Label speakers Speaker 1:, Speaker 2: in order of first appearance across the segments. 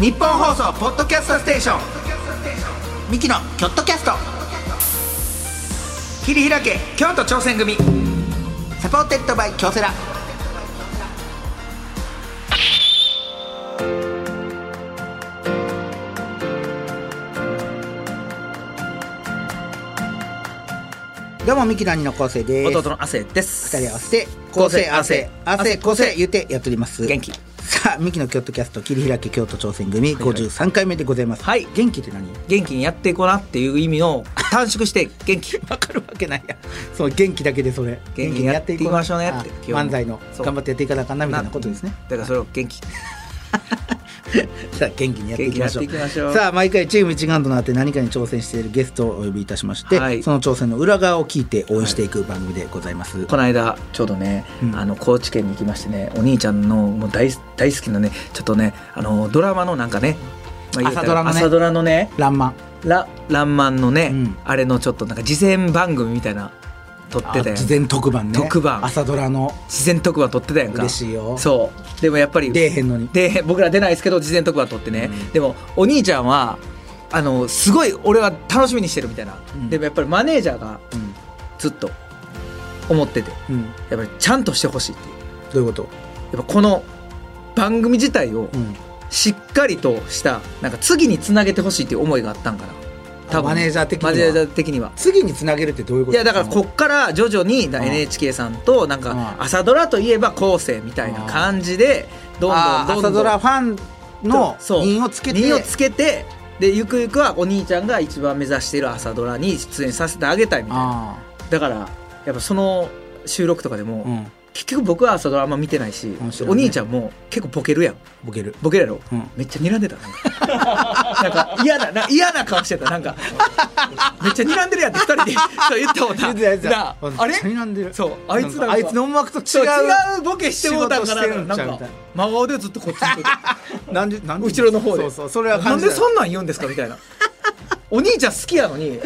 Speaker 1: 日本放送ポッドキャストステーションミキのキョットキャスト切り開け京都挑戦組サポーテッドバイ京セラどうもミキの兄の昴生です
Speaker 2: 弟の汗です。
Speaker 1: 二人合わせて構成汗汗構成言うてやっております
Speaker 2: 元気
Speaker 1: さあミキの京都キャスト切り開け京都挑戦組
Speaker 2: はい
Speaker 1: 53回目でございます
Speaker 2: はい
Speaker 1: 元気って何
Speaker 2: 元気にやっていこうなっていう意味を短縮して元気。
Speaker 1: わかるわけないやそう元気だけでそれ
Speaker 2: 元気にやっていきましょうねって
Speaker 1: あ
Speaker 2: 基本
Speaker 1: 漫才の
Speaker 2: そう
Speaker 1: 頑張ってやっていかなあかんなみたいなことですね
Speaker 2: だからそれを元気。
Speaker 1: さあ元気にやっていきましょう
Speaker 2: 元気にやっていきましょう
Speaker 1: さあ毎回チーム一丸となって何かに挑戦しているゲストをお呼びいたしまして、
Speaker 2: はい
Speaker 1: その挑戦の裏側を聞いて応援していく番組でございます、
Speaker 2: この間ちょうどね、
Speaker 1: うん
Speaker 2: あの高知県に行きましてね、お兄ちゃんのもう大大好きなね、ちょっとね、あのドラマのなんかね、まあ言うたら
Speaker 1: 朝ドラのね
Speaker 2: 朝ドラのね、
Speaker 1: ランマン
Speaker 2: ラランマンのね、
Speaker 1: うん
Speaker 2: あれのちょっとなんか事前番組みたいな撮ってたやん。
Speaker 1: 事前特番ね
Speaker 2: 特番
Speaker 1: 朝ドラの
Speaker 2: 事前特番撮ってたやんか。
Speaker 1: 嬉しいよ
Speaker 2: そう。でもやっぱり
Speaker 1: 出えへんのに
Speaker 2: で僕ら出ないですけど事前特番撮ってね、
Speaker 1: うん
Speaker 2: でもお兄ちゃんはあのすごい俺は楽しみにしてるみたいな、
Speaker 1: うん
Speaker 2: でもやっぱりマネージャーがずっと思ってて
Speaker 1: うん、うん
Speaker 2: やっぱりちゃんとしてほしいっていう
Speaker 1: どういうこと、
Speaker 2: やっぱこの番組自体を
Speaker 1: うん、
Speaker 2: しっかりとしたなんか次につなげてほしいっていう思いがあったんかな多分
Speaker 1: マネージャー的には
Speaker 2: マネージャー的には
Speaker 1: 次につなげるってどういうこ
Speaker 2: い
Speaker 1: と
Speaker 2: やだからこっから徐々に
Speaker 1: ん
Speaker 2: NHK さんとなんか
Speaker 1: うん
Speaker 2: 朝ドラといえば後世みたいな感じでどん
Speaker 1: あ
Speaker 2: どんどん
Speaker 1: ー朝ド
Speaker 2: どん
Speaker 1: ラファンの
Speaker 2: そう
Speaker 1: 韻をつけて
Speaker 2: 韻をつけてでゆくゆくはお兄ちゃんが一番目指している朝ドラに出演させてあげたいみたいな
Speaker 1: あ
Speaker 2: だからやっぱその収録とかでも、
Speaker 1: ーうん
Speaker 2: 結局僕は朝ドラあんま見てないし、
Speaker 1: 面白いね
Speaker 2: お兄ちゃんも結構ボケるやん
Speaker 1: ボケる
Speaker 2: ボケるやろ、
Speaker 1: うん
Speaker 2: めっちゃ睨んでたなんか なんか嫌なな嫌な顔してたなんかめっちゃ睨んでるやんって二人でそう言ってもう
Speaker 1: 言
Speaker 2: た
Speaker 1: ってたやつ
Speaker 2: な
Speaker 1: だ
Speaker 2: あれ
Speaker 1: なんでる
Speaker 2: そうあいつなんか
Speaker 1: あいつの思惑と
Speaker 2: そう
Speaker 1: 違う
Speaker 2: 違うボケしてもうたんか
Speaker 1: 仕
Speaker 2: な
Speaker 1: 事してるん
Speaker 2: な
Speaker 1: ちゃうんみ
Speaker 2: か
Speaker 1: たいな
Speaker 2: 真顔でずっとこっち 見てた
Speaker 1: なんでなんで
Speaker 2: 後ろの方で
Speaker 1: そうそうそれは感じ
Speaker 2: なんでそんなん言うんですかみたいなお兄ちゃん好きやのに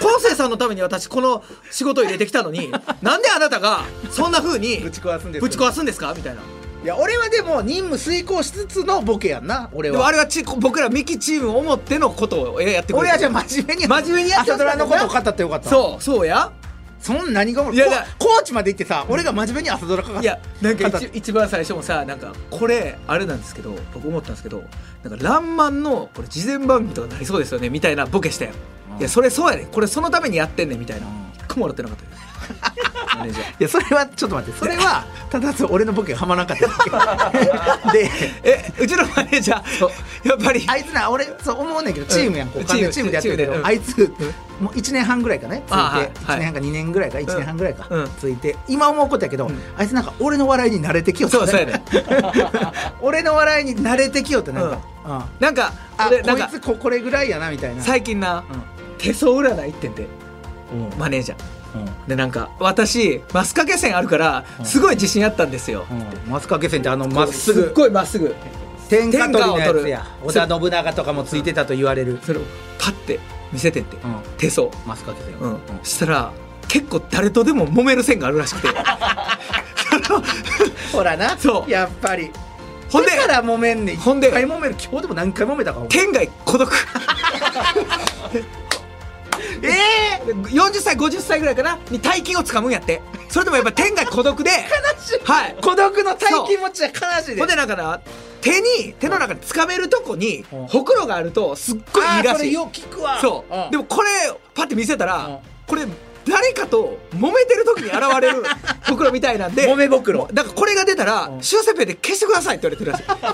Speaker 2: 昴生さんのために私この仕事入れてきたのになんであなたがそんな風に
Speaker 1: ぶち壊すんです
Speaker 2: ぶち壊すんですかみたいない
Speaker 1: や俺はでも任務遂行しつつのボケやんな俺
Speaker 2: でもあ
Speaker 1: は
Speaker 2: れはち僕らミキチームを思ってのことをやってくれ
Speaker 1: 俺はじゃあ真面目に
Speaker 2: 真面目にやって
Speaker 1: 朝
Speaker 2: ほし
Speaker 1: ドラ
Speaker 2: かったな
Speaker 1: のことを語ってよかったう
Speaker 2: そうそうや
Speaker 1: そんな何がおもろ
Speaker 2: いやいや
Speaker 1: こコーチまで行ってさ俺が真面目に朝ドラかかっ
Speaker 2: いやなんか
Speaker 1: 語っ
Speaker 2: 一一番最初もさなんかこれあれなんですけど僕思ったんですけどなんか「らんまん」のこれ事前番組とかなりそうですよねみたいなボケしたやん、
Speaker 1: うん
Speaker 2: いやそれそうやねこれそのためにやってんねんみたいな、
Speaker 1: うん
Speaker 2: 一個も笑ってなかったよ マネージャー
Speaker 1: いやそれはちょっと待ってそれはただ俺のボケがはまら なかったで
Speaker 2: えうちのマネージャーやっぱり
Speaker 1: あいつな俺そう思うねんけどチームやんこう
Speaker 2: うん
Speaker 1: 完全にチームでやってるけ
Speaker 2: チーム
Speaker 1: ど
Speaker 2: で
Speaker 1: あいつもう1年半ぐらいかねつ
Speaker 2: あはいい
Speaker 1: て1年半か2年ぐらいか1年半ぐらいか
Speaker 2: うん
Speaker 1: ついて今思うことやけど
Speaker 2: ん
Speaker 1: あいつなんか俺の笑いに慣れてきよ
Speaker 2: そうそうやね
Speaker 1: 俺の笑いに慣れてきよってなんかうん
Speaker 2: なんか
Speaker 1: あ
Speaker 2: 俺なん
Speaker 1: こい
Speaker 2: か
Speaker 1: つここれぐらいやなみたいな
Speaker 2: 最近な、手相占い行ってんで
Speaker 1: うん
Speaker 2: マネージャーでなんか私マスカケ線あるからすごい自信あったんですよ、
Speaker 1: うんマスカケ線ってあのまっす
Speaker 2: すっ
Speaker 1: ぐ
Speaker 2: ごいまっすぐ
Speaker 1: 天下取りのやつや織
Speaker 2: 天下を取る
Speaker 1: 田信長とかもついてたと言われる
Speaker 2: それをパッて見せてって、
Speaker 1: うん
Speaker 2: 手相
Speaker 1: マスカケ線
Speaker 2: うん、
Speaker 1: うん
Speaker 2: したら結構誰とでも揉める線があるらし くて
Speaker 1: ほらな
Speaker 2: そう
Speaker 1: やっぱり
Speaker 2: ほんで
Speaker 1: だから揉めんねん
Speaker 2: ほんで
Speaker 1: 一回揉める今日でも何回揉めたかも
Speaker 2: 天外 孤独
Speaker 1: ええ
Speaker 2: 40歳50歳ぐらいかなに大金をつかむんやってそれでもやっぱ天外孤 独で
Speaker 1: 悲しい
Speaker 2: はい
Speaker 1: 孤独の大金持ちは悲しいで
Speaker 2: ほんでなんかな手に手の中で掴めるとこに
Speaker 1: うん
Speaker 2: ほくろがあるとすっごいいい
Speaker 1: あー
Speaker 2: ら
Speaker 1: そ
Speaker 2: し
Speaker 1: れ
Speaker 2: い
Speaker 1: よう聞くわ
Speaker 2: そう、
Speaker 1: ん
Speaker 2: でもこれパッて見せた
Speaker 1: うん
Speaker 2: らこれ誰かと揉めてる時に現 れるほくろみたいなんで
Speaker 1: 揉め袋
Speaker 2: だからこれが出たら、
Speaker 1: うん
Speaker 2: シュウセペで消してくださいって言われてるらし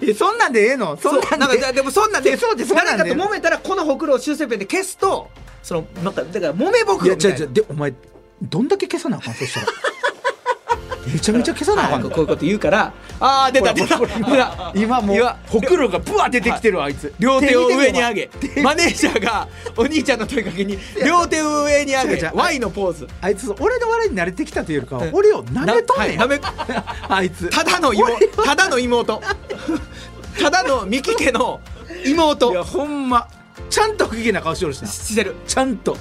Speaker 2: い
Speaker 1: えそんなんでええの そんなんで
Speaker 2: なんかじゃあでもそんなんで
Speaker 1: 手相ってそんなんで
Speaker 2: 誰かと揉めたらこのほくろを修正ペンで消すとそのなんかだから揉めぼく
Speaker 1: い
Speaker 2: ろ
Speaker 1: や
Speaker 2: み
Speaker 1: じ
Speaker 2: た
Speaker 1: ゃ
Speaker 2: いな
Speaker 1: じゃでお前どんだけ消さなあかんそ したらめちゃめちゃ消さなあかん
Speaker 2: はい
Speaker 1: の
Speaker 2: こういうこと言うからああ出た出た出た
Speaker 1: 今もう
Speaker 2: 今
Speaker 1: ほくろがブワー出てきてるわあいつ
Speaker 2: 両手を上に上
Speaker 1: げ
Speaker 2: げマネージャーがお兄ちゃんの問いかけに両手を上に
Speaker 1: 違う
Speaker 2: 上
Speaker 1: 違
Speaker 2: げ
Speaker 1: う
Speaker 2: Y のポーズ
Speaker 1: あいつ俺の笑いに慣れてきたというよりかは
Speaker 2: うん
Speaker 1: 俺を舐めとんねん
Speaker 2: なはい
Speaker 1: あいつ
Speaker 2: ただの妹ただの妹ただの三木家の妹
Speaker 1: いやほんまちゃんと不機嫌な顔しよるしな
Speaker 2: してる
Speaker 1: ちゃんと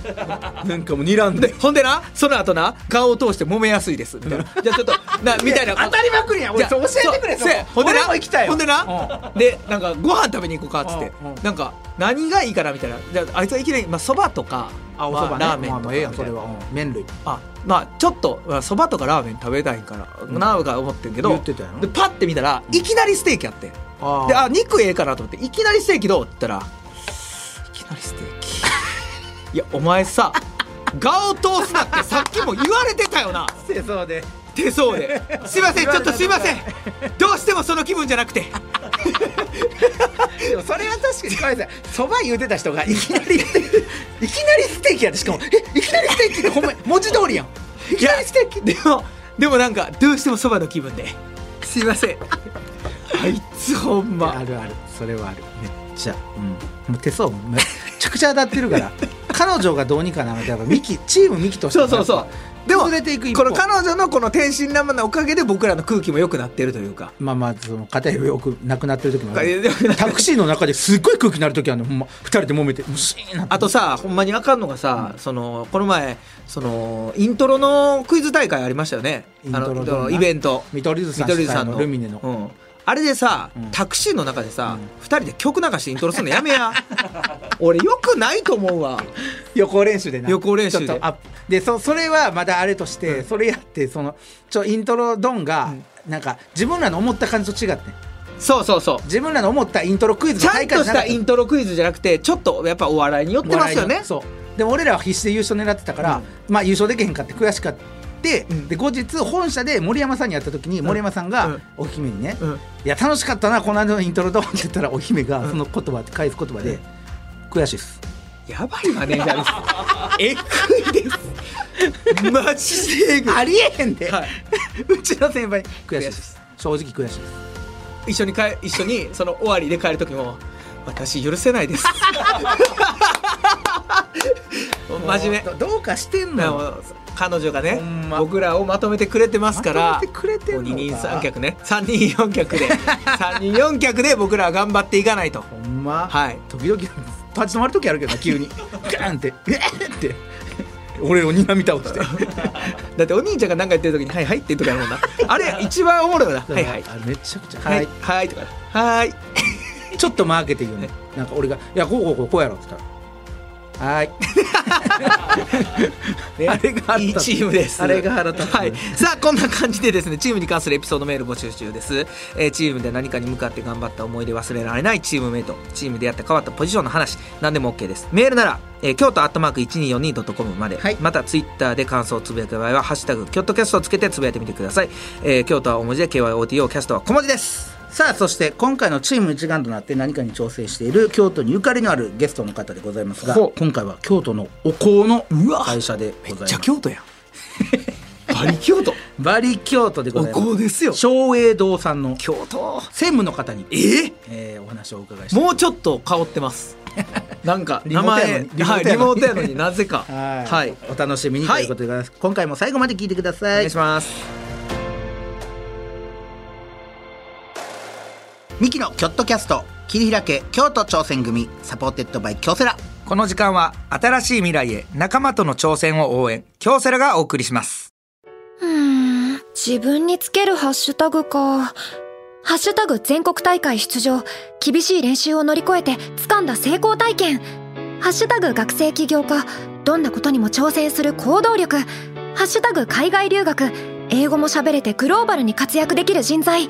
Speaker 1: なんかもう睨ん
Speaker 2: で
Speaker 1: で
Speaker 2: ほんでなその後な顔を通して揉めやすいですみたいなじゃあちょっと なみたいな
Speaker 1: 当たりまくりやん俺
Speaker 2: じゃあ
Speaker 1: そう教えてくれ
Speaker 2: そうそうやほんでな
Speaker 1: 俺も行きたいわ
Speaker 2: ほんでなでなんかご飯食べに行こうかっつって
Speaker 1: うんうん
Speaker 2: なんか何がいいかなみたいなじゃああいつはいきなりまあそばとか
Speaker 1: あおそばね、
Speaker 2: まあラーメン
Speaker 1: まあ
Speaker 2: と
Speaker 1: ま
Speaker 2: か
Speaker 1: あええやんそれは、うん麺類
Speaker 2: あまあちょっとまあそばとかラーメン食べたいんか
Speaker 1: うん
Speaker 2: らなあか思ってんけど
Speaker 1: 言ってたやん
Speaker 2: でパッて見たらいきなりステーキあって
Speaker 1: あ
Speaker 2: であ肉ええかなと思っていきなりステーキどうって言ったらいきなりステーキいやお前さ顔通すなってさっきも言われてたよな
Speaker 1: せそうで
Speaker 2: 手相ですいませんちょっとすいませんどうしてもその気分じゃなくて
Speaker 1: でもそれは確かにごめんなさいそば言うてた人がいきなりいきなりステーキやでしかもえいきなりステーキってほんまに文字通りやんいきなりステーキ
Speaker 2: でもでもなんかどうしてもそばの気分ですいませんあいつほんま
Speaker 1: あるあるそれはあるめっちゃ、うん、もう手相めっちゃくちゃ当たってるから 彼女がどうにかなめてやっぱミキチームミキとして
Speaker 2: そうそうそうで
Speaker 1: で
Speaker 2: も
Speaker 1: も崩れていく一
Speaker 2: こ
Speaker 1: 方
Speaker 2: の彼女のこの天真爛漫なおかげで僕らの空気も良くなってるというか
Speaker 1: まあまあその片よくなくなってる時もある
Speaker 2: よくな
Speaker 1: タクシーの中ですっごい空気になる時あるのほんま2人で揉めてむしーなって
Speaker 2: あとさほんまにあかんのがさ、そのこの前そのイントロのクイズ大会ありましたよね
Speaker 1: イント
Speaker 2: あ
Speaker 1: ロ
Speaker 2: の
Speaker 1: どんな
Speaker 2: イベント
Speaker 1: 見取り図さん主催のルミネの
Speaker 2: うんあれでさ、
Speaker 1: うん
Speaker 2: タクシーの中でさ、
Speaker 1: うん
Speaker 2: 二人で曲流してイントロするのや めや俺よくないと思うわ
Speaker 1: 予行練習でな
Speaker 2: 予行練習で
Speaker 1: ちょっとアップでそそれはまだあれとして、
Speaker 2: うん
Speaker 1: それやってそのちょイントロドンが、なんか自分らの思った感じと違って
Speaker 2: そうそうそう
Speaker 1: 自分らの思ったイントロクイズ
Speaker 2: ち
Speaker 1: の
Speaker 2: ゃ
Speaker 1: 大
Speaker 2: んと
Speaker 1: 会
Speaker 2: したイ
Speaker 1: ン
Speaker 2: ントロクイズじゃなくてちょっとやっぱお笑いに寄ってますよね
Speaker 1: そうでも俺らは必死で優勝狙ってたから、まあ優勝できへんかって悔しかって、
Speaker 2: うん
Speaker 1: で後日本社で森山さんにやった時に森山さんが、
Speaker 2: うん
Speaker 1: お姫にね、
Speaker 2: うん
Speaker 1: いや楽しかったなこの間のイントロドン」って言ったらお姫がその言葉返す言葉で、
Speaker 2: うん
Speaker 1: 悔しいっす
Speaker 2: やばいマネージャー です。えぐいです。マジでえぐい。
Speaker 1: ありえへんで、
Speaker 2: はい
Speaker 1: うちの先輩に悔しいで
Speaker 2: 悔しいっ
Speaker 1: す
Speaker 2: す
Speaker 1: 正直悔しいです
Speaker 2: 一緒に帰一緒にその終わりで帰る時も私許せな いです。真面目。
Speaker 1: どどうかしてんの
Speaker 2: で
Speaker 1: よ
Speaker 2: も彼女がね
Speaker 1: ほん、ま
Speaker 2: 僕らをまとめてくれてますから。
Speaker 1: まとめてくれてんのか
Speaker 2: もう二人三脚ね、三人四 脚で、三人四脚で僕らは頑張っていかないと。
Speaker 1: ほんま、
Speaker 2: はい
Speaker 1: 時々立ち止まる時あるけどな急 にガーンって「えっ!」って俺を睨み倒 して
Speaker 2: だってお兄ちゃんが何か言ってる時に「はいはい」って言う時あるもんなあれ一番おもろいよな「はいはい」
Speaker 1: あれめちゃくちゃ、
Speaker 2: は
Speaker 1: はいい、
Speaker 2: はいとか「はい」
Speaker 1: ちょっとマーケティングねなんか俺が「いやこうこうこうこうやろ」って言ったら「はー い」
Speaker 2: ね
Speaker 1: あれが腹立つ
Speaker 2: いいチームです
Speaker 1: あれが腹立つ
Speaker 2: はい、さあこんな感じでですねチームに関するエピソードメール募集中です、えーチームで何かに向かって頑張った思い出忘れられないチームメイトチームでやった変わったポジションの話何でも OK ですメールなら、えー、京都アットマーク 1242.com まで、
Speaker 1: はい
Speaker 2: またツイッターで感想をつぶやく場合は「ハッシュタグ京都キャスト」をつけてつぶやいてみてください、えー京都は大文字で KYOTO キャストは小文字です
Speaker 1: さあそして今回のチーム一丸となって何かに挑戦している京都にゆかりのあるゲストの方でございますが
Speaker 2: ほう
Speaker 1: 今回は京都のお香の
Speaker 2: うわ
Speaker 1: 会社でございます
Speaker 2: 京都や んバリ京都
Speaker 1: バリ京都でございます
Speaker 2: お香ですよ
Speaker 1: 松栄堂さんの
Speaker 2: 京都
Speaker 1: 専務の方に、
Speaker 2: えー、
Speaker 1: えーお話をお伺いして
Speaker 2: もうちょっと香ってます。なんか
Speaker 1: リモ
Speaker 2: 名
Speaker 1: ートやの
Speaker 2: 前
Speaker 1: に
Speaker 2: はい
Speaker 1: リ
Speaker 2: リ
Speaker 1: モ
Speaker 2: モ
Speaker 1: ート
Speaker 2: ート
Speaker 1: や
Speaker 2: や
Speaker 1: の
Speaker 2: の
Speaker 1: に
Speaker 2: になぜか
Speaker 1: はい、
Speaker 2: はい
Speaker 1: お楽しみにということでございます、今回も最後まで聞いてくだ
Speaker 2: お
Speaker 1: さ
Speaker 2: 願
Speaker 1: い
Speaker 2: いします。
Speaker 1: ミキのキョットキャスト切り開け京都挑戦組サポーテッドバイ京セラ
Speaker 2: この時間は新しい未来へ仲間との挑戦を応援京セラがお送りします。
Speaker 3: うーん自分につけるハッシュタグか。ハッシュタグ全国大会出場。厳しい練習を乗り越えて掴んだ成功体験。ハッシュタグ学生起業家。どんなことにも挑戦する行動力。ハッシュタグ海外留学。英語も喋れてグローバルに活躍できる人材。っ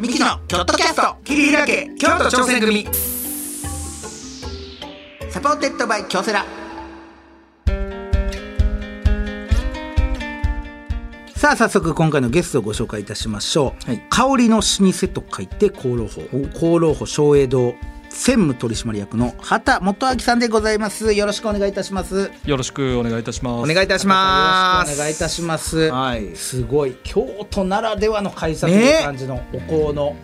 Speaker 1: ミキのキョットキャスト切り開け京都挑戦組サポーテッドバイ京セラさあ早速今回のゲストをご紹介いたしましょう、
Speaker 2: はい
Speaker 1: 香りの老舗と書いて香炉舗香炉舗松栄堂専務取締役の畑元明さんでございますよろしくお願いいたします
Speaker 4: よろしくお願いいたします。
Speaker 2: お願いいたします
Speaker 1: お願いいたします、
Speaker 2: はい
Speaker 1: すごい京都ならではの会社という感じのお香の、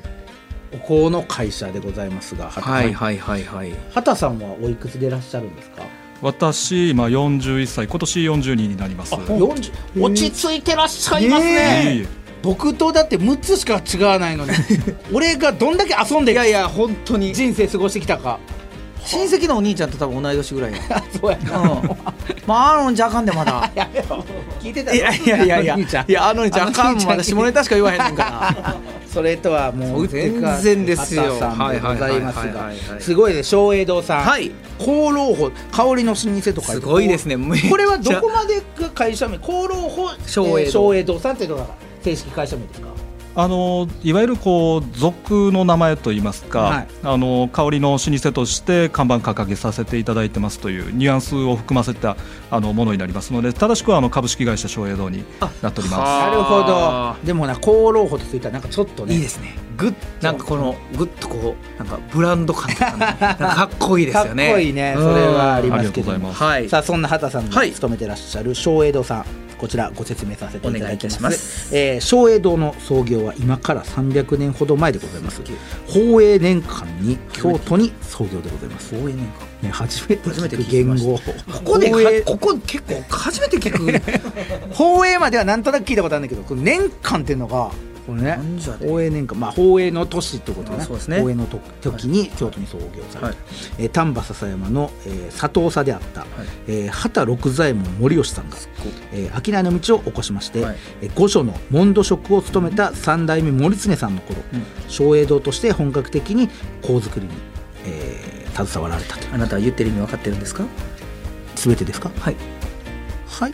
Speaker 1: お香の会社でございますが畑,、
Speaker 2: はいはいはいはい
Speaker 1: 畑さんはおいくつでいらっしゃるんですか
Speaker 4: 私今41歳、今年42になります。
Speaker 1: 40落ち着いてらっしゃいますね
Speaker 4: いえいえ
Speaker 1: 僕とだって6つしか違わない のに俺がどんだけ遊んで
Speaker 2: いやいや本当に
Speaker 1: 人生過ごしてきたか
Speaker 2: 親戚のお兄ちゃんと多分同い年ぐらいや
Speaker 1: そうや
Speaker 2: う
Speaker 1: なん
Speaker 2: まああのんじゃあかんでまだ
Speaker 1: やめろ聞いてた
Speaker 2: いやいやいやいや
Speaker 1: 兄ちゃん
Speaker 2: いやあのんじゃあかんまだ下ネタしか言わへんねんから
Speaker 1: それとはもう打って変わって
Speaker 2: 全然ですよ
Speaker 1: 畑さんでございます
Speaker 2: はいはいはいはいはいは
Speaker 1: が
Speaker 2: い
Speaker 1: すごいです松栄堂さん
Speaker 2: はい
Speaker 1: 香老法香りの老舗とか
Speaker 2: すごいですねめっちゃ
Speaker 1: これはどこまでが会社名香老法
Speaker 2: 松栄堂
Speaker 1: えー松栄堂さんっていうのが正式会社名ですか
Speaker 4: あのいわゆるこう俗の名前といいますか、
Speaker 1: はい
Speaker 4: あの香りの老舗として看板掲げさせていただいてますというニュアンスを含ませたあのものになりますので、正しくはあの株式会社松江堂になっております。
Speaker 2: あー
Speaker 1: なるほどでもな香老法ってついたらなんかちょっとね
Speaker 2: いいですねグッなんかこのグッとこうなんかブランド感とかねなんかかっこいいですよね
Speaker 1: かっこいいねそれはありますけど
Speaker 4: ありがとうございます
Speaker 2: はい
Speaker 1: さあそんな畑さん
Speaker 2: はい
Speaker 1: が勤めてらっしゃる松栄堂さん、こちらご説明させていた
Speaker 2: お願
Speaker 1: だ
Speaker 2: いい
Speaker 1: き
Speaker 2: た
Speaker 1: ます
Speaker 2: します
Speaker 1: えー松栄堂の創業は今から300年ほど前でございます宝永年間に京都に創業でございます
Speaker 2: 応援なんか
Speaker 1: ね初めて
Speaker 2: 初めて
Speaker 1: 聞
Speaker 2: 聞
Speaker 1: く
Speaker 2: きま
Speaker 1: 言
Speaker 2: し
Speaker 1: 語
Speaker 2: ここでか
Speaker 1: 宝永
Speaker 2: ここ結構初めて 聞く
Speaker 1: 宝永まではなんとなく聞いたことあるんだけどこの年間っていうのがこれね
Speaker 2: なんじゃで
Speaker 1: 宝永年間まあ宝永の年ってこと
Speaker 2: あ
Speaker 1: ね
Speaker 2: そうですね
Speaker 1: 宝永のと時に京都に創業された、
Speaker 2: はい
Speaker 1: えー丹波篠山の、えー佐藤佐であった、
Speaker 2: い
Speaker 1: えー畑六左衛門森吉さんが
Speaker 2: ごい、
Speaker 1: えー商いの道を起こしまして、
Speaker 2: はい
Speaker 1: えー御所の門戸職を務めた三代目森常さんの頃、松栄堂として本格的に香作りに、えー携わられたという
Speaker 2: あなたは言ってる意味分かってるんですか
Speaker 1: 全てですか
Speaker 2: はい
Speaker 1: はい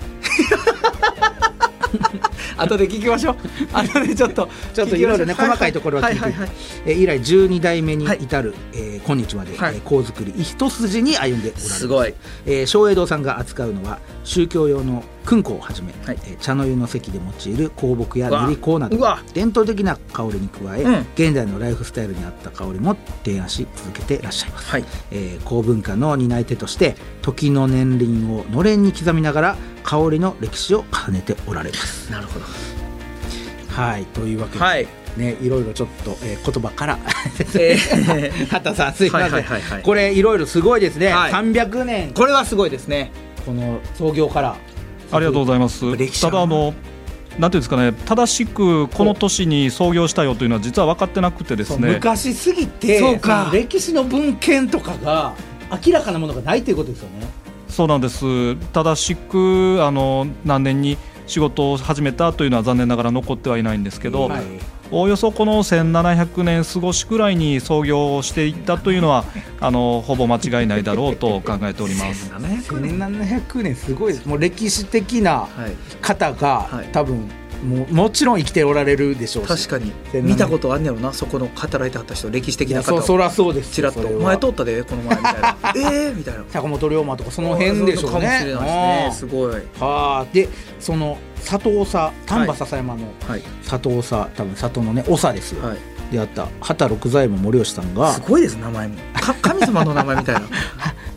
Speaker 2: 後で聞きま しょう後でちょっと
Speaker 1: ちょっといろいろね
Speaker 2: 聞きましょう
Speaker 1: 細かいところは聞いて、
Speaker 2: はいはいはい
Speaker 1: えー以来12代目に至る、えー今日まで、
Speaker 2: はい
Speaker 1: えー香作り一筋に歩んでおられます
Speaker 2: すごい
Speaker 1: えー松栄堂さんが扱うのは宗教用の訓香をはじめ、
Speaker 2: はい
Speaker 1: えー茶の湯の席で用いる香木や
Speaker 2: うわ
Speaker 1: 練り香など
Speaker 2: うわ
Speaker 1: 伝統的な香りに加え、
Speaker 2: うん
Speaker 1: 現代のライフスタイルに合った香りも提案し続けていらっしゃいます、
Speaker 2: はい
Speaker 1: えー香文化の担い手として時の年輪をのれんに刻みながら香りの歴史を重ねておられます。
Speaker 2: なるほど
Speaker 1: はいというわけで、
Speaker 2: はい
Speaker 1: ね、いろいろちょっと、えー言葉から
Speaker 2: えー
Speaker 1: 畑さんすいません、
Speaker 2: はいはいはいはい
Speaker 1: これいろいろすごいですね、
Speaker 2: はい
Speaker 1: 300年
Speaker 2: これはすごいですね
Speaker 1: この創業から
Speaker 4: ありがとうございます
Speaker 2: 歴。史あ
Speaker 4: た
Speaker 2: る
Speaker 4: だあのなんていうんですかね、正しくこの年に創業したよというのは実は分かってなくてで
Speaker 1: そう
Speaker 4: すね。
Speaker 1: 昔すぎて
Speaker 2: そうか
Speaker 1: の歴史の文献とかが明らかなものがないということですよね
Speaker 4: そうなんです。正しくあの何年に仕事を始めたというのは残念ながら残ってはいないんですけど、
Speaker 1: はい
Speaker 4: おおよそこの1700年過ごしくらいに創業をしていたとい うのはあのほぼ間違いないだろうと考えており ます。
Speaker 2: 1700年
Speaker 1: 1700年すごいですもう歴史的な
Speaker 2: はい
Speaker 1: 方が、
Speaker 2: はい
Speaker 1: 多分もうもちろん生きておられるでしょうし
Speaker 2: 確かに
Speaker 1: 1700
Speaker 2: 見たことあんねやろなそこの働いてはった人歴史的
Speaker 1: い
Speaker 2: な
Speaker 1: や
Speaker 2: 方
Speaker 1: そそ
Speaker 2: を
Speaker 1: らそうですよ
Speaker 2: ちらっと
Speaker 1: それ
Speaker 2: 「お
Speaker 1: は
Speaker 2: 前通ったでこの前」みた いな「ええ」みたいな
Speaker 1: 坂本龍馬とかその辺でしょうね
Speaker 2: かもしれない
Speaker 1: うん
Speaker 2: ですねすごいはい
Speaker 1: はあでその佐藤佐丹波篠山の佐藤佐、多分里のね長ですよ、
Speaker 2: はい
Speaker 1: であった畑六左衛門森吉さんが
Speaker 2: すごいです名前もか神様の名前 みたいな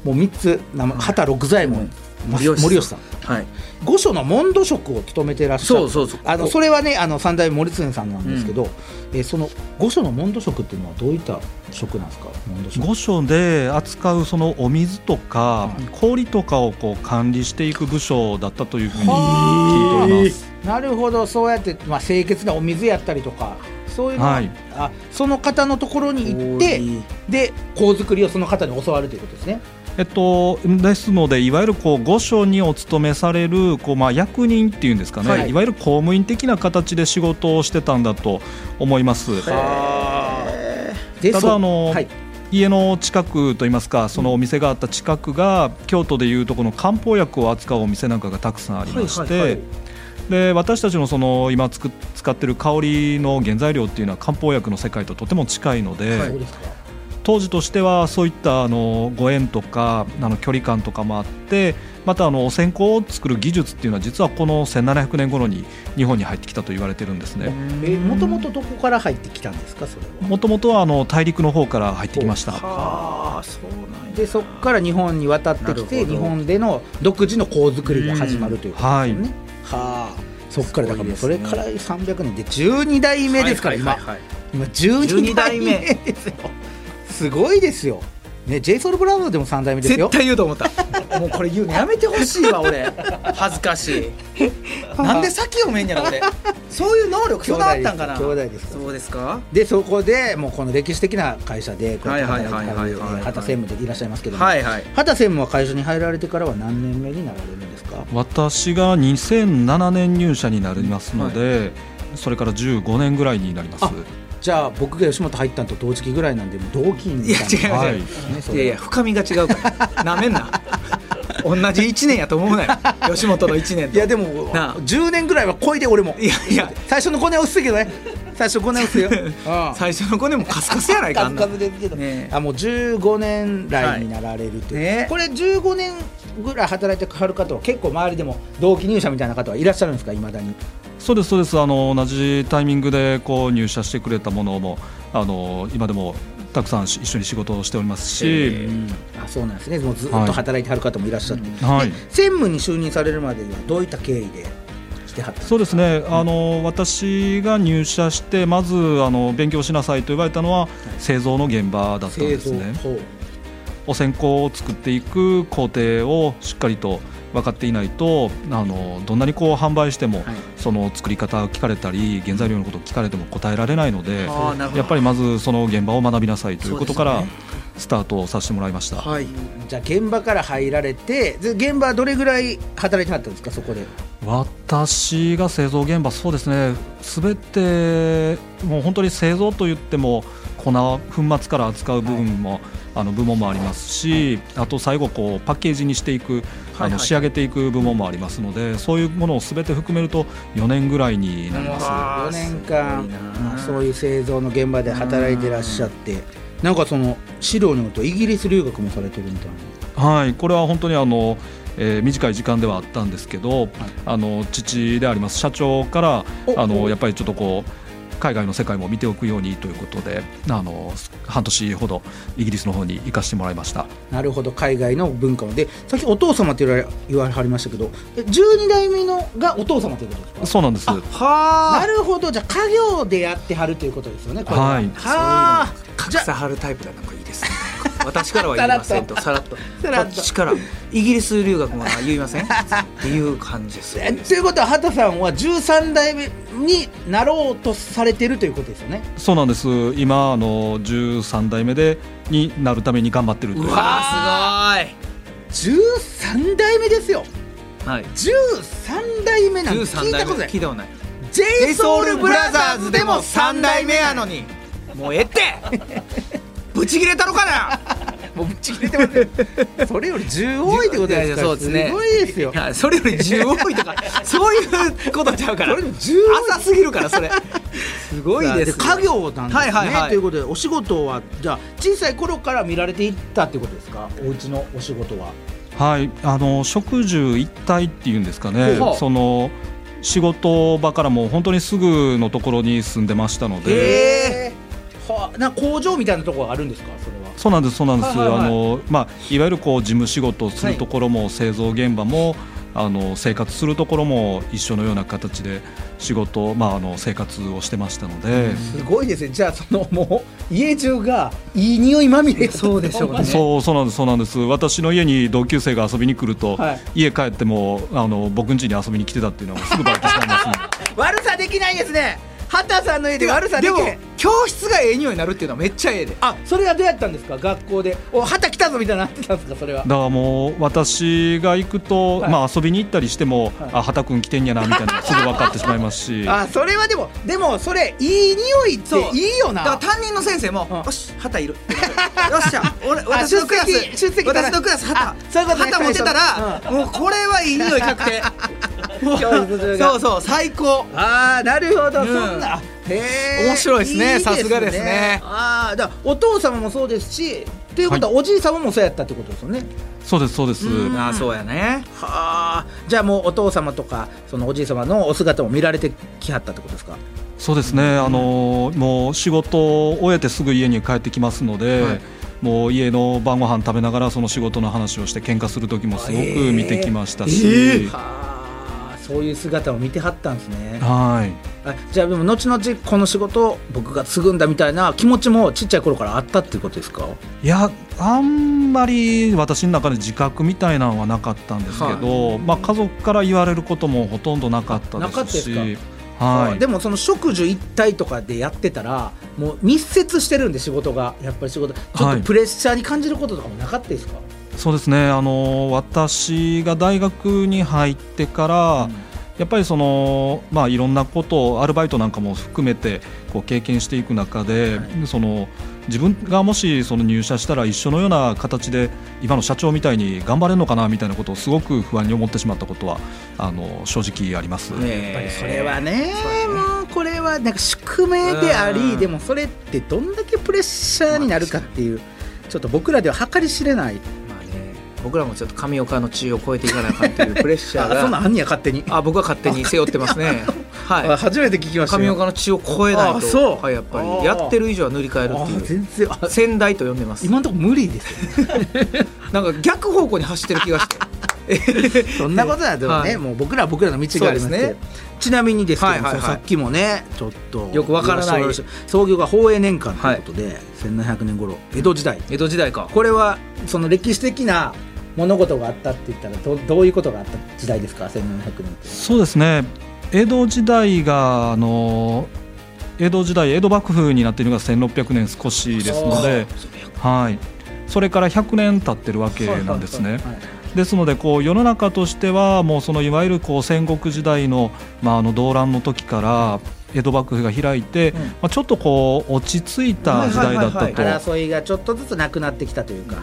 Speaker 1: もう3つ名前畑六左衛門森
Speaker 2: 森吉さん
Speaker 1: 吉さん
Speaker 2: はい
Speaker 1: 御所の門戸職を務めてらっしゃる
Speaker 2: そうそうそう
Speaker 1: あのそれはねあの三代目森常さんなんですけど、えーその御所の門戸職っていうのはどういった職なんですか門戸職
Speaker 4: 御所で扱うそのお水とか氷とかをこう管理していく部署だったというふうに聞いております。
Speaker 1: なるほどそうやって、まあ、清潔なお水やったりとかそういうのが、
Speaker 4: はい
Speaker 1: あその方のところに行っ
Speaker 2: お
Speaker 1: て
Speaker 2: ーいい
Speaker 1: で香作りをその方に教わるということですね
Speaker 4: えっと、ですのでいわゆるこう御所にお勤めされるこう、まあ、役人っていうんですかね、
Speaker 1: はい
Speaker 4: い、わゆる公務員的な形で仕事をしてたんだと思います。
Speaker 1: で
Speaker 4: ただ
Speaker 1: そう
Speaker 4: あの
Speaker 1: はい、
Speaker 4: 家の近くといいますかそのお店があった近くが京都でいうとこの漢方薬を扱うお店なんかがたくさんありまして、
Speaker 2: はいはいはい
Speaker 4: で私たちのその今つく使ってる香りの原材料っていうのは漢方薬の世界ととても近いので、
Speaker 1: そうですか
Speaker 4: と当時としてはそういったあのご縁とかあの距離感とかもあってまたあのお線香を作る技術っていうのは実はこの1700年頃に日本に入ってきたと言われてるんですね。
Speaker 1: えもともとどこから入ってきたんですかそれは
Speaker 4: もともとはあの大陸の方から入ってきました。
Speaker 2: はあそうなんや
Speaker 1: でそこから日本に渡ってき
Speaker 2: な
Speaker 1: て
Speaker 2: るほど
Speaker 1: 日本での独自の香作りが始まるということ
Speaker 4: は
Speaker 1: で
Speaker 4: い
Speaker 1: すよね、はあそっからだからもう
Speaker 2: す
Speaker 1: そ
Speaker 2: ごい
Speaker 1: れ
Speaker 2: ですね
Speaker 1: から300年で12代目ですから、
Speaker 2: はいはいはい
Speaker 1: 今今12
Speaker 2: 12
Speaker 1: 代
Speaker 2: 代目
Speaker 1: 目ですよすごいですよね j s o u l b r o t h e r でも3代目ですよ
Speaker 2: 絶対言うと思ったもうこれ言うのやめてほしいわ 俺恥ずかし いなんで先読めんやろ俺そういう能力備わったんかな
Speaker 1: 兄弟です兄弟です
Speaker 2: そうですか
Speaker 1: でそこでもうこの歴史的な会社でこうやって働いては
Speaker 2: はいはいはい
Speaker 1: るえ
Speaker 2: はいはい
Speaker 1: ー畑専務でいらっしゃいますけども、
Speaker 2: はいはい
Speaker 1: 畑専務は会社に入られてからは何年目になられるんですか
Speaker 4: 私が2007年入社になりますので、それから15年ぐらいになります。
Speaker 1: あじゃあ僕が吉本入ったんと同時期ぐらいなんでもう同期みたいな
Speaker 4: はい
Speaker 2: や違う違う
Speaker 1: ねそ
Speaker 2: い
Speaker 1: れ
Speaker 2: やいや深みが違うからなめんな同じ1年やと思うなよ吉本の1年と
Speaker 1: いやでも
Speaker 2: なあ
Speaker 1: 10年ぐらいは超えて俺も
Speaker 2: いやいや
Speaker 1: 最初の5年は薄いけどね最初5年は薄い よあ
Speaker 2: 最初の子でもカスカスやないかあんな
Speaker 1: 数々ですけど、
Speaker 2: ねえ
Speaker 1: あもう15年来になられるという、
Speaker 2: はいねえ
Speaker 1: これ15年ぐらい働いてはる方は結構周りでも同期入社みたいな方はいらっしゃるんですかいまだに
Speaker 4: そうですそうですあの同じタイミングでこう入社してくれたものもあの今でもたくさんし一緒に仕事をしておりますし、
Speaker 1: あそうなんですねもうずっ
Speaker 4: はい
Speaker 1: と働いてはる方もいらっしゃって、
Speaker 4: はい
Speaker 1: で専務に就任されるまでにはどういった経緯でしてはったんですか
Speaker 4: そうですねあの私が入社してまずあの勉強しなさいと言われたのは製造の現場だったん
Speaker 1: 製
Speaker 4: です
Speaker 1: 造
Speaker 4: ね。
Speaker 1: ほう
Speaker 4: お線香を作っていく工程をしっかりと分かっていないとあのどんなにこう販売しても、
Speaker 1: はい
Speaker 4: その作り方を聞かれたり原材料のことを聞かれても答えられないので
Speaker 2: あーなるほど
Speaker 4: やっぱりまずその現場を学びなさいということか
Speaker 2: そ
Speaker 4: ら
Speaker 2: うで
Speaker 4: スタートをさせてもらいました、
Speaker 1: はい、じゃあ現場から入られてで現場はどれぐらい働いてはったんですかそこで
Speaker 4: 私が製造現場そうですね全てもう本当に製造といっても粉粉末から扱う部分も、あの部門もありますし、あと最後こうパッケージにしていく、
Speaker 2: はい
Speaker 4: あ
Speaker 2: はい
Speaker 4: の仕上げていく部門もありますのでそういうものを全て含めると4年ぐらいになります。
Speaker 2: あー
Speaker 1: 4年間
Speaker 2: すごいな
Speaker 1: まあそういう製造の現場で働いてらっしゃってなんかその資料によるとイギリス留学もされてるみたいな
Speaker 4: はい、これは本当にあの、えー短い時間ではあったんですけど、あの父であります社長から
Speaker 1: お
Speaker 4: あの
Speaker 1: お
Speaker 4: やっぱりちょっとこう海外の世界も見ておくようにということであの半年ほどイギリスの方に行かせてもらいました
Speaker 1: なるほど海外の文化をでさっきお父様って言われ言われはりましたけどえ12代目のがお父様ということですか
Speaker 4: そうなんです
Speaker 1: な
Speaker 2: はあ
Speaker 1: るほどじゃあ家業でやってはるということですよねこれ
Speaker 4: はい
Speaker 1: はあ
Speaker 2: 格
Speaker 1: じゃ
Speaker 2: 差張るタイプだなんかいいですね私からは言いませんとさらっと
Speaker 1: さらっと
Speaker 2: 私からイギリス留学もな言いませんっていう感じです
Speaker 1: えということは畑さんは13代目になろうとされてるということですよね
Speaker 4: そうなんです今あの13代目でになるために頑張ってるというう
Speaker 2: わーす
Speaker 1: 13代目ですよ
Speaker 2: ごいはい
Speaker 1: 13代目なんて聞
Speaker 2: 13
Speaker 1: い
Speaker 2: 代
Speaker 1: たこと
Speaker 2: 目
Speaker 1: ない
Speaker 2: 聞いたことない
Speaker 1: j
Speaker 2: j
Speaker 1: ソ
Speaker 2: o
Speaker 1: ウ
Speaker 2: u
Speaker 1: ル
Speaker 2: l ブ
Speaker 1: ブ
Speaker 2: ラ
Speaker 1: ラ
Speaker 2: ザ
Speaker 1: ザ
Speaker 2: ー
Speaker 1: ー
Speaker 2: ズ
Speaker 1: ズ
Speaker 2: で
Speaker 1: で
Speaker 2: も
Speaker 1: も
Speaker 2: 3
Speaker 1: 3
Speaker 2: 代
Speaker 1: 代
Speaker 2: 目
Speaker 1: 目
Speaker 2: や
Speaker 1: や
Speaker 2: の
Speaker 1: の
Speaker 2: にもうええって ブチ切れたのかな
Speaker 1: もうぶち切れてますよそれより10多いってこと
Speaker 2: いや
Speaker 1: です
Speaker 2: いや
Speaker 1: から
Speaker 2: そうですね
Speaker 1: ごいですよ
Speaker 2: いやそれより10多いとかそういうことちゃうから
Speaker 1: それより10多い
Speaker 2: 浅すぎるからそれすごいですね
Speaker 1: 家業なんですね、
Speaker 2: はいはいはい
Speaker 1: ということでお仕事はじゃあ小さい頃から見られていったってことですかお家のお仕事は
Speaker 4: はい、あの食住一体っていうんですか
Speaker 2: ほ
Speaker 4: ね
Speaker 2: うほう
Speaker 4: その仕事場からもう本当にすぐのところに住んでましたので。
Speaker 1: ええはあなんか工場みたいなところがあるんですかそれは
Speaker 4: そうなんです、そうなんです、
Speaker 1: はいはいはい
Speaker 4: あのまあ、いわゆるこう事務仕事をするところも、製造現場も。あの生活するところも一緒のような形で仕事、まあ、あの生活をしてましたので、
Speaker 1: すごいですねじゃあそのもう家中がいい匂いまみれ
Speaker 2: そうでしょうね
Speaker 4: そうそうなんですそうなんです私の家に同級生が遊びに来ると、
Speaker 1: はい
Speaker 4: 家帰ってもあの僕ん家に遊びに来てたっていうのはすぐバレてしまい ますね
Speaker 1: 悪さできないですね畑さんの家で悪さで
Speaker 2: で
Speaker 1: き
Speaker 2: も
Speaker 1: ない
Speaker 2: 教室がええ匂いになるっていうのはめっちゃええで
Speaker 1: あそれはどうやったんですか学校でお旗来たぞみたいになってたんですかそれは
Speaker 4: だからもう私が行くと、
Speaker 1: はい
Speaker 4: まあ、遊びに行ったりしても、あ畑君来てんやなみたいなのがすぐ分かってしまいますし
Speaker 1: あそれはでもでもそれいい匂いって
Speaker 2: そう
Speaker 1: いい よ
Speaker 2: だから
Speaker 1: な
Speaker 2: 担任の先生も
Speaker 1: うん
Speaker 2: 「よし旗いる」よっしゃ俺私のクラ
Speaker 1: 出席
Speaker 2: ス
Speaker 1: 出席
Speaker 2: 私のクラス
Speaker 1: あ
Speaker 2: 旗
Speaker 1: そういうことね
Speaker 2: 旗持ってたらもうこれはいい匂い確定
Speaker 1: 教室中が
Speaker 2: そうそう最高
Speaker 1: ああなるほど、
Speaker 2: うん
Speaker 1: そんなへえ
Speaker 2: 面白いですねさすがですね
Speaker 1: ああだからお父様もそうですしということはおじい様もそうやったってことですよね、
Speaker 4: そうですそうです、
Speaker 2: ああそうやね
Speaker 1: はあじゃあもうお父様とかそのおじい様のお姿も見られてきはったってことですか
Speaker 4: そうですね、あのーもう仕事を終えてすぐ家に帰ってきますので、
Speaker 2: はい
Speaker 4: もう家の晩ご飯食べながらその仕事の話をして喧嘩する時もすごく見てきましたし、
Speaker 1: えーはあそういう姿を見てはったんですね
Speaker 4: はい
Speaker 1: あじゃあでも後々この仕事を僕が継ぐんだみたいな気持ちもちっちゃい頃からあったっていうことですか
Speaker 4: いやあんまり私の中で自覚みたいなのはなかったんですけど、まあ、家族から言われることもほとんどなかった
Speaker 1: なかっ
Speaker 4: で
Speaker 1: たですす
Speaker 4: し
Speaker 1: か
Speaker 4: は
Speaker 1: あ
Speaker 4: い
Speaker 1: でもその職住一体とかでやってたらもう密接してるんで仕事がやっぱり仕事ちょっ
Speaker 4: は
Speaker 1: と
Speaker 4: い
Speaker 1: プレッシャーに感じることとかもなかったですか、
Speaker 4: そうですね、あの私が大学に入ってから、やっぱりその、まあ、いろんなことをアルバイトなんかも含めてこう経験していく中で、その自分がもしその入社したら一緒のような形で今の社長みたいに頑張れるのかなみたいなことをすごく不安に思ってしまったことはあの正直あります。
Speaker 2: やっぱりそ
Speaker 1: それはねもうこれはなんか宿命であ
Speaker 2: う
Speaker 1: り
Speaker 2: ん
Speaker 1: でもそれってどんだけプレッシャーになるかっていうちょっと僕らでは計り知れない
Speaker 2: まあね僕らもちょっと神岡の地位を超えていかなあかんというプレッシャ ー
Speaker 1: あそんな
Speaker 2: が
Speaker 1: んあんねや勝手に
Speaker 2: あ僕は勝手に背負ってますね
Speaker 1: あ
Speaker 2: は
Speaker 1: 初めて聞きま
Speaker 2: い
Speaker 1: したよ
Speaker 2: 神岡の地位を超えない
Speaker 1: あ
Speaker 2: と
Speaker 1: そう
Speaker 2: はい、やっぱ
Speaker 1: あー
Speaker 2: りやってる以上は塗り替える
Speaker 1: あ
Speaker 2: っていう
Speaker 1: 全然あ
Speaker 2: 先代と呼んでます
Speaker 1: 今のところ無理ですよ
Speaker 2: なんか逆方向に走ってる 気がして
Speaker 1: そんなことだとね、
Speaker 2: はい
Speaker 1: もう僕らは僕らの道があります
Speaker 2: そうで
Speaker 1: ね
Speaker 2: すね
Speaker 1: ちなみにですけども、
Speaker 2: はいはいはい
Speaker 1: そのさっきもねちょっと
Speaker 2: よくわからない
Speaker 1: 創業が宝永年間ということで、1700年頃江戸時代
Speaker 2: 江戸時代か
Speaker 1: これはその歴史的な物事があったって言ったらどどういうことがあった時代ですか1700年って
Speaker 4: そうですね江戸時代があの江戸時代江戸幕府になっているのが1600年少しですので、はい、それから100年経ってるわけなんですね。
Speaker 1: はい
Speaker 4: ですのでこう世の中としてはもうそのいわゆるこう戦国時代の,、まああの動乱の時から江戸幕府が開いて、
Speaker 1: うん
Speaker 4: まあ、ちょっとこう落ち着いた時代だった
Speaker 2: はいはい
Speaker 4: と。
Speaker 2: は
Speaker 4: は
Speaker 1: 争いがちょっとずつなくなってきたというか、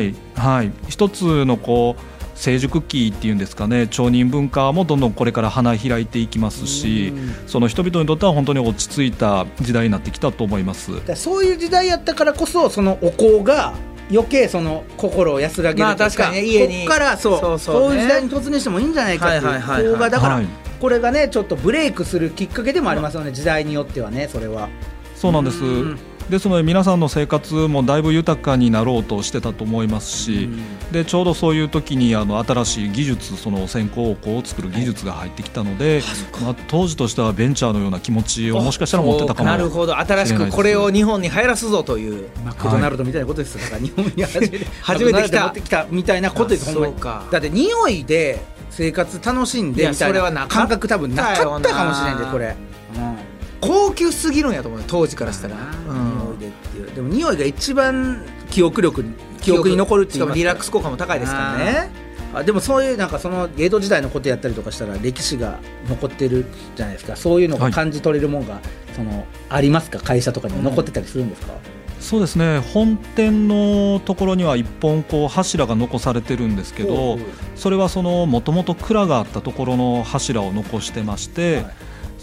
Speaker 4: いはい、一つのこう成熟期っていうんですかね町人文化もどんどんこれから花開いていきますし。
Speaker 1: うんだ
Speaker 4: その人々にとっては本当に落ち着いた時代になってきたと思います。
Speaker 1: からそういう時代やったからこそそのお香が余計その心を安らげるというか,、
Speaker 2: まあ確かにね家に
Speaker 1: こっからそう
Speaker 2: そ
Speaker 1: そうう
Speaker 2: そうね
Speaker 1: いう時代に突入してもいいんじゃないかっていう、
Speaker 2: はいはいはいはい
Speaker 1: 香がだから、
Speaker 4: はい
Speaker 1: これがねちょっとブレイクするきっかけでもありますよね時代によってはねそれは。
Speaker 4: そうなんです
Speaker 1: うん
Speaker 4: ですので皆さんの生活もだいぶ豊かになろうとしてたと思いますし、でちょうどそういう時にあの新しい技術その線香をこう作る技術が入ってきたので、まあ、当時としてはベンチャーのような気持ちをもしかしたら持ってたかも
Speaker 2: なるほど新しくこれを日本に入らすぞという
Speaker 1: マクドナルドみたいなことですよだから日本 に初めて
Speaker 2: 初めて
Speaker 1: マ
Speaker 2: 来た
Speaker 1: クドナルド持ってきたみたいなことです
Speaker 2: あ
Speaker 1: ほんまに
Speaker 2: そうか
Speaker 1: だって匂いで生活楽しん
Speaker 2: い
Speaker 1: で
Speaker 2: や
Speaker 1: みたい
Speaker 2: それは
Speaker 1: な
Speaker 2: なかったよ
Speaker 1: 感
Speaker 2: な
Speaker 1: 覚多分なかったかもしれないんでこれ、うん、
Speaker 2: 高級すぎるんやと思うよ当時からしたら、
Speaker 1: 匂いでっていうでも匂いが一番記憶力に記憶に残るって
Speaker 2: し
Speaker 1: いう
Speaker 2: か
Speaker 1: か
Speaker 2: もリラックス効果も高いですからね
Speaker 1: ねあでもそういうなんかその江戸時代のことやったりとかしたら歴史が残ってるじゃないですかそういうのが感じ取れるもんが、そのありますか会社とかにも残ってたりするんですか、
Speaker 4: そうですね本店のところには一本こう柱が残されてるんですけど、
Speaker 1: おう
Speaker 4: それはそのもともと蔵があったところの柱を残してまして、
Speaker 1: はい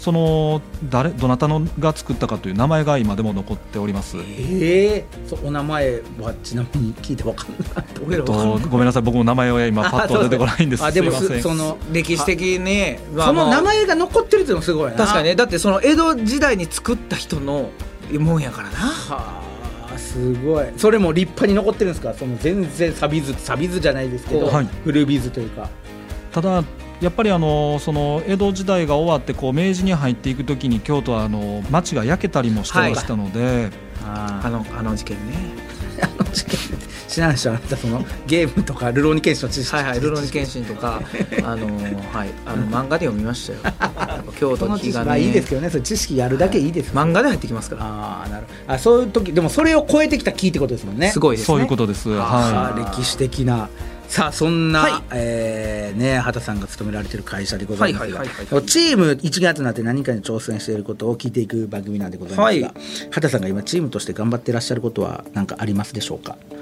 Speaker 4: その誰どなたのが作ったかという名前が今でも残っております。
Speaker 1: ええそうお名前はちなみに聞いてわかんない
Speaker 2: 俺ら
Speaker 4: と
Speaker 2: は
Speaker 4: ごめんなさい僕も名前は今パッと出てこないんです。
Speaker 1: あでも
Speaker 4: すいますせん
Speaker 1: その
Speaker 2: 歴史的にまあ
Speaker 1: その
Speaker 2: まあ
Speaker 1: 名前が残ってるっていうのもすごいな
Speaker 2: 確かにねだってその江戸時代に作った人のもんやからな
Speaker 1: はあすごいそれも立派に残ってるんですかその全然錆びず錆びずじゃないですけど、
Speaker 4: はい
Speaker 1: 古びずというか
Speaker 4: ただやっぱりあのその江戸時代が終わってこう明治に入っていくときに京都はあの町が焼けたりもしてましたので、
Speaker 1: あ
Speaker 2: あのあの事件ね
Speaker 1: の事件知らないでしょあなたそのゲームとかルローニケンシの知識
Speaker 2: はいはい「ルロニケンシン」と かあのーはいあの漫画で読みましたよ やっぱ京
Speaker 1: そ
Speaker 2: 都
Speaker 1: の
Speaker 2: の
Speaker 1: 知
Speaker 2: 気
Speaker 1: 識
Speaker 2: が
Speaker 1: まあいいです
Speaker 2: ね
Speaker 1: けどねそれ知識やるだけいいですよ、
Speaker 2: 漫画で入ってきますから
Speaker 1: ああなるほどあそういう時でもそれを超えてきた木ってことですもんね
Speaker 2: すごいですね
Speaker 4: そういうことです。
Speaker 1: あ
Speaker 4: は
Speaker 1: ー歴史的なさあそんな、
Speaker 2: はい
Speaker 1: えーね畑さんが勤められてる会社でございますが、
Speaker 2: はいはいはいはい
Speaker 1: チーム1月になって何かに挑戦していることを聞いていく番組なんでございますが、
Speaker 2: は
Speaker 1: 畑さんが今チームとして頑張っていらっしゃることは何かありますでしょうか
Speaker 4: い。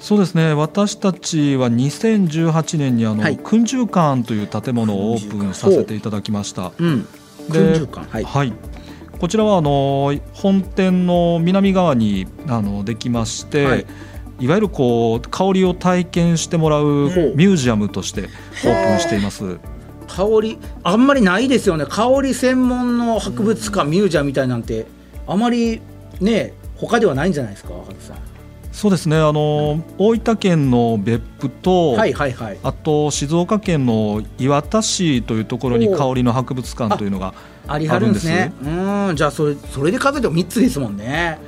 Speaker 4: そうですね私たちは2018年にあの、
Speaker 1: はい
Speaker 4: 訓中館という建物をオープンさせていただきました。
Speaker 1: うん
Speaker 4: で
Speaker 1: 空中館はい
Speaker 4: はい、こちらはあの本店の南側にあのできまして、
Speaker 1: はい
Speaker 4: い、わゆるこう香りを体験してもらう
Speaker 1: ほう
Speaker 4: ミュージアムとしてオープンしています。
Speaker 1: 香りあんまりないですよね香り専門の博物館、ミュージアムみたいなんてあまりね他ではないんじゃないですか若田さん
Speaker 4: そうですねあの大分県の別府と、
Speaker 1: はいはいはい
Speaker 4: あと静岡県の磐田市というところに
Speaker 1: おう
Speaker 4: 香りの博物館というのが
Speaker 1: ありはるんですねうーんじゃあそれそれで数えても3つですもんね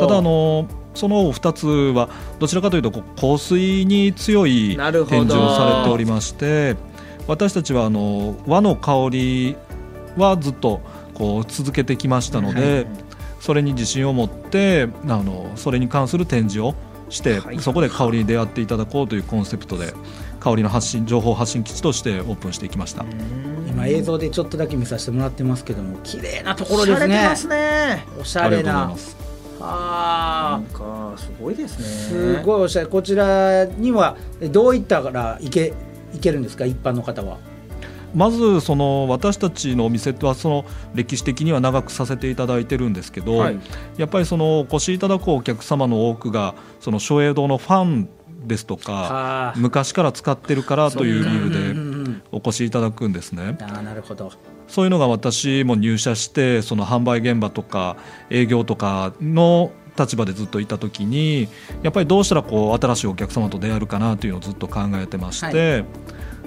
Speaker 4: ただあのその2つはどちらかというとこう香水に強い
Speaker 2: なるほど
Speaker 4: 展示をされておりまして私たちはあの和の香りはずっとこう続けてきましたの
Speaker 1: はいはい
Speaker 4: でそれに自信を持ってあのそれに関する展示をして
Speaker 2: はい
Speaker 4: そこで香りに出会っていただこうというコンセプトで香りの発信情報発信基地としてオープンしていきました。
Speaker 1: 今映像でちょっとだけ見させてもらってますけども綺麗なところですね
Speaker 2: ね
Speaker 1: おし
Speaker 4: あ
Speaker 1: ゃれ
Speaker 4: りがとうござい
Speaker 1: な
Speaker 4: ます
Speaker 1: はあ
Speaker 2: なんかすごいですね
Speaker 1: すごいおしゃれこちらにはえどういったら行け行けるんですか一般の方は
Speaker 4: まずその私たちのお店はその歴史的には長くさせていただいてるんですけど、
Speaker 1: はい
Speaker 4: やっぱりそのお越しいただくお客様の多くがその松栄堂のファンですとか
Speaker 1: あ
Speaker 4: 昔から使ってるからという理
Speaker 1: うん
Speaker 4: 由で
Speaker 1: うんうん
Speaker 4: お越しいただくんですね
Speaker 1: あーなるほど
Speaker 4: そういうのが私も入社してその販売現場とか営業とかの立場でずっといた時にやっぱりどうしたらこう新しいお客様と出会えるかなというのをずっと考えてまして、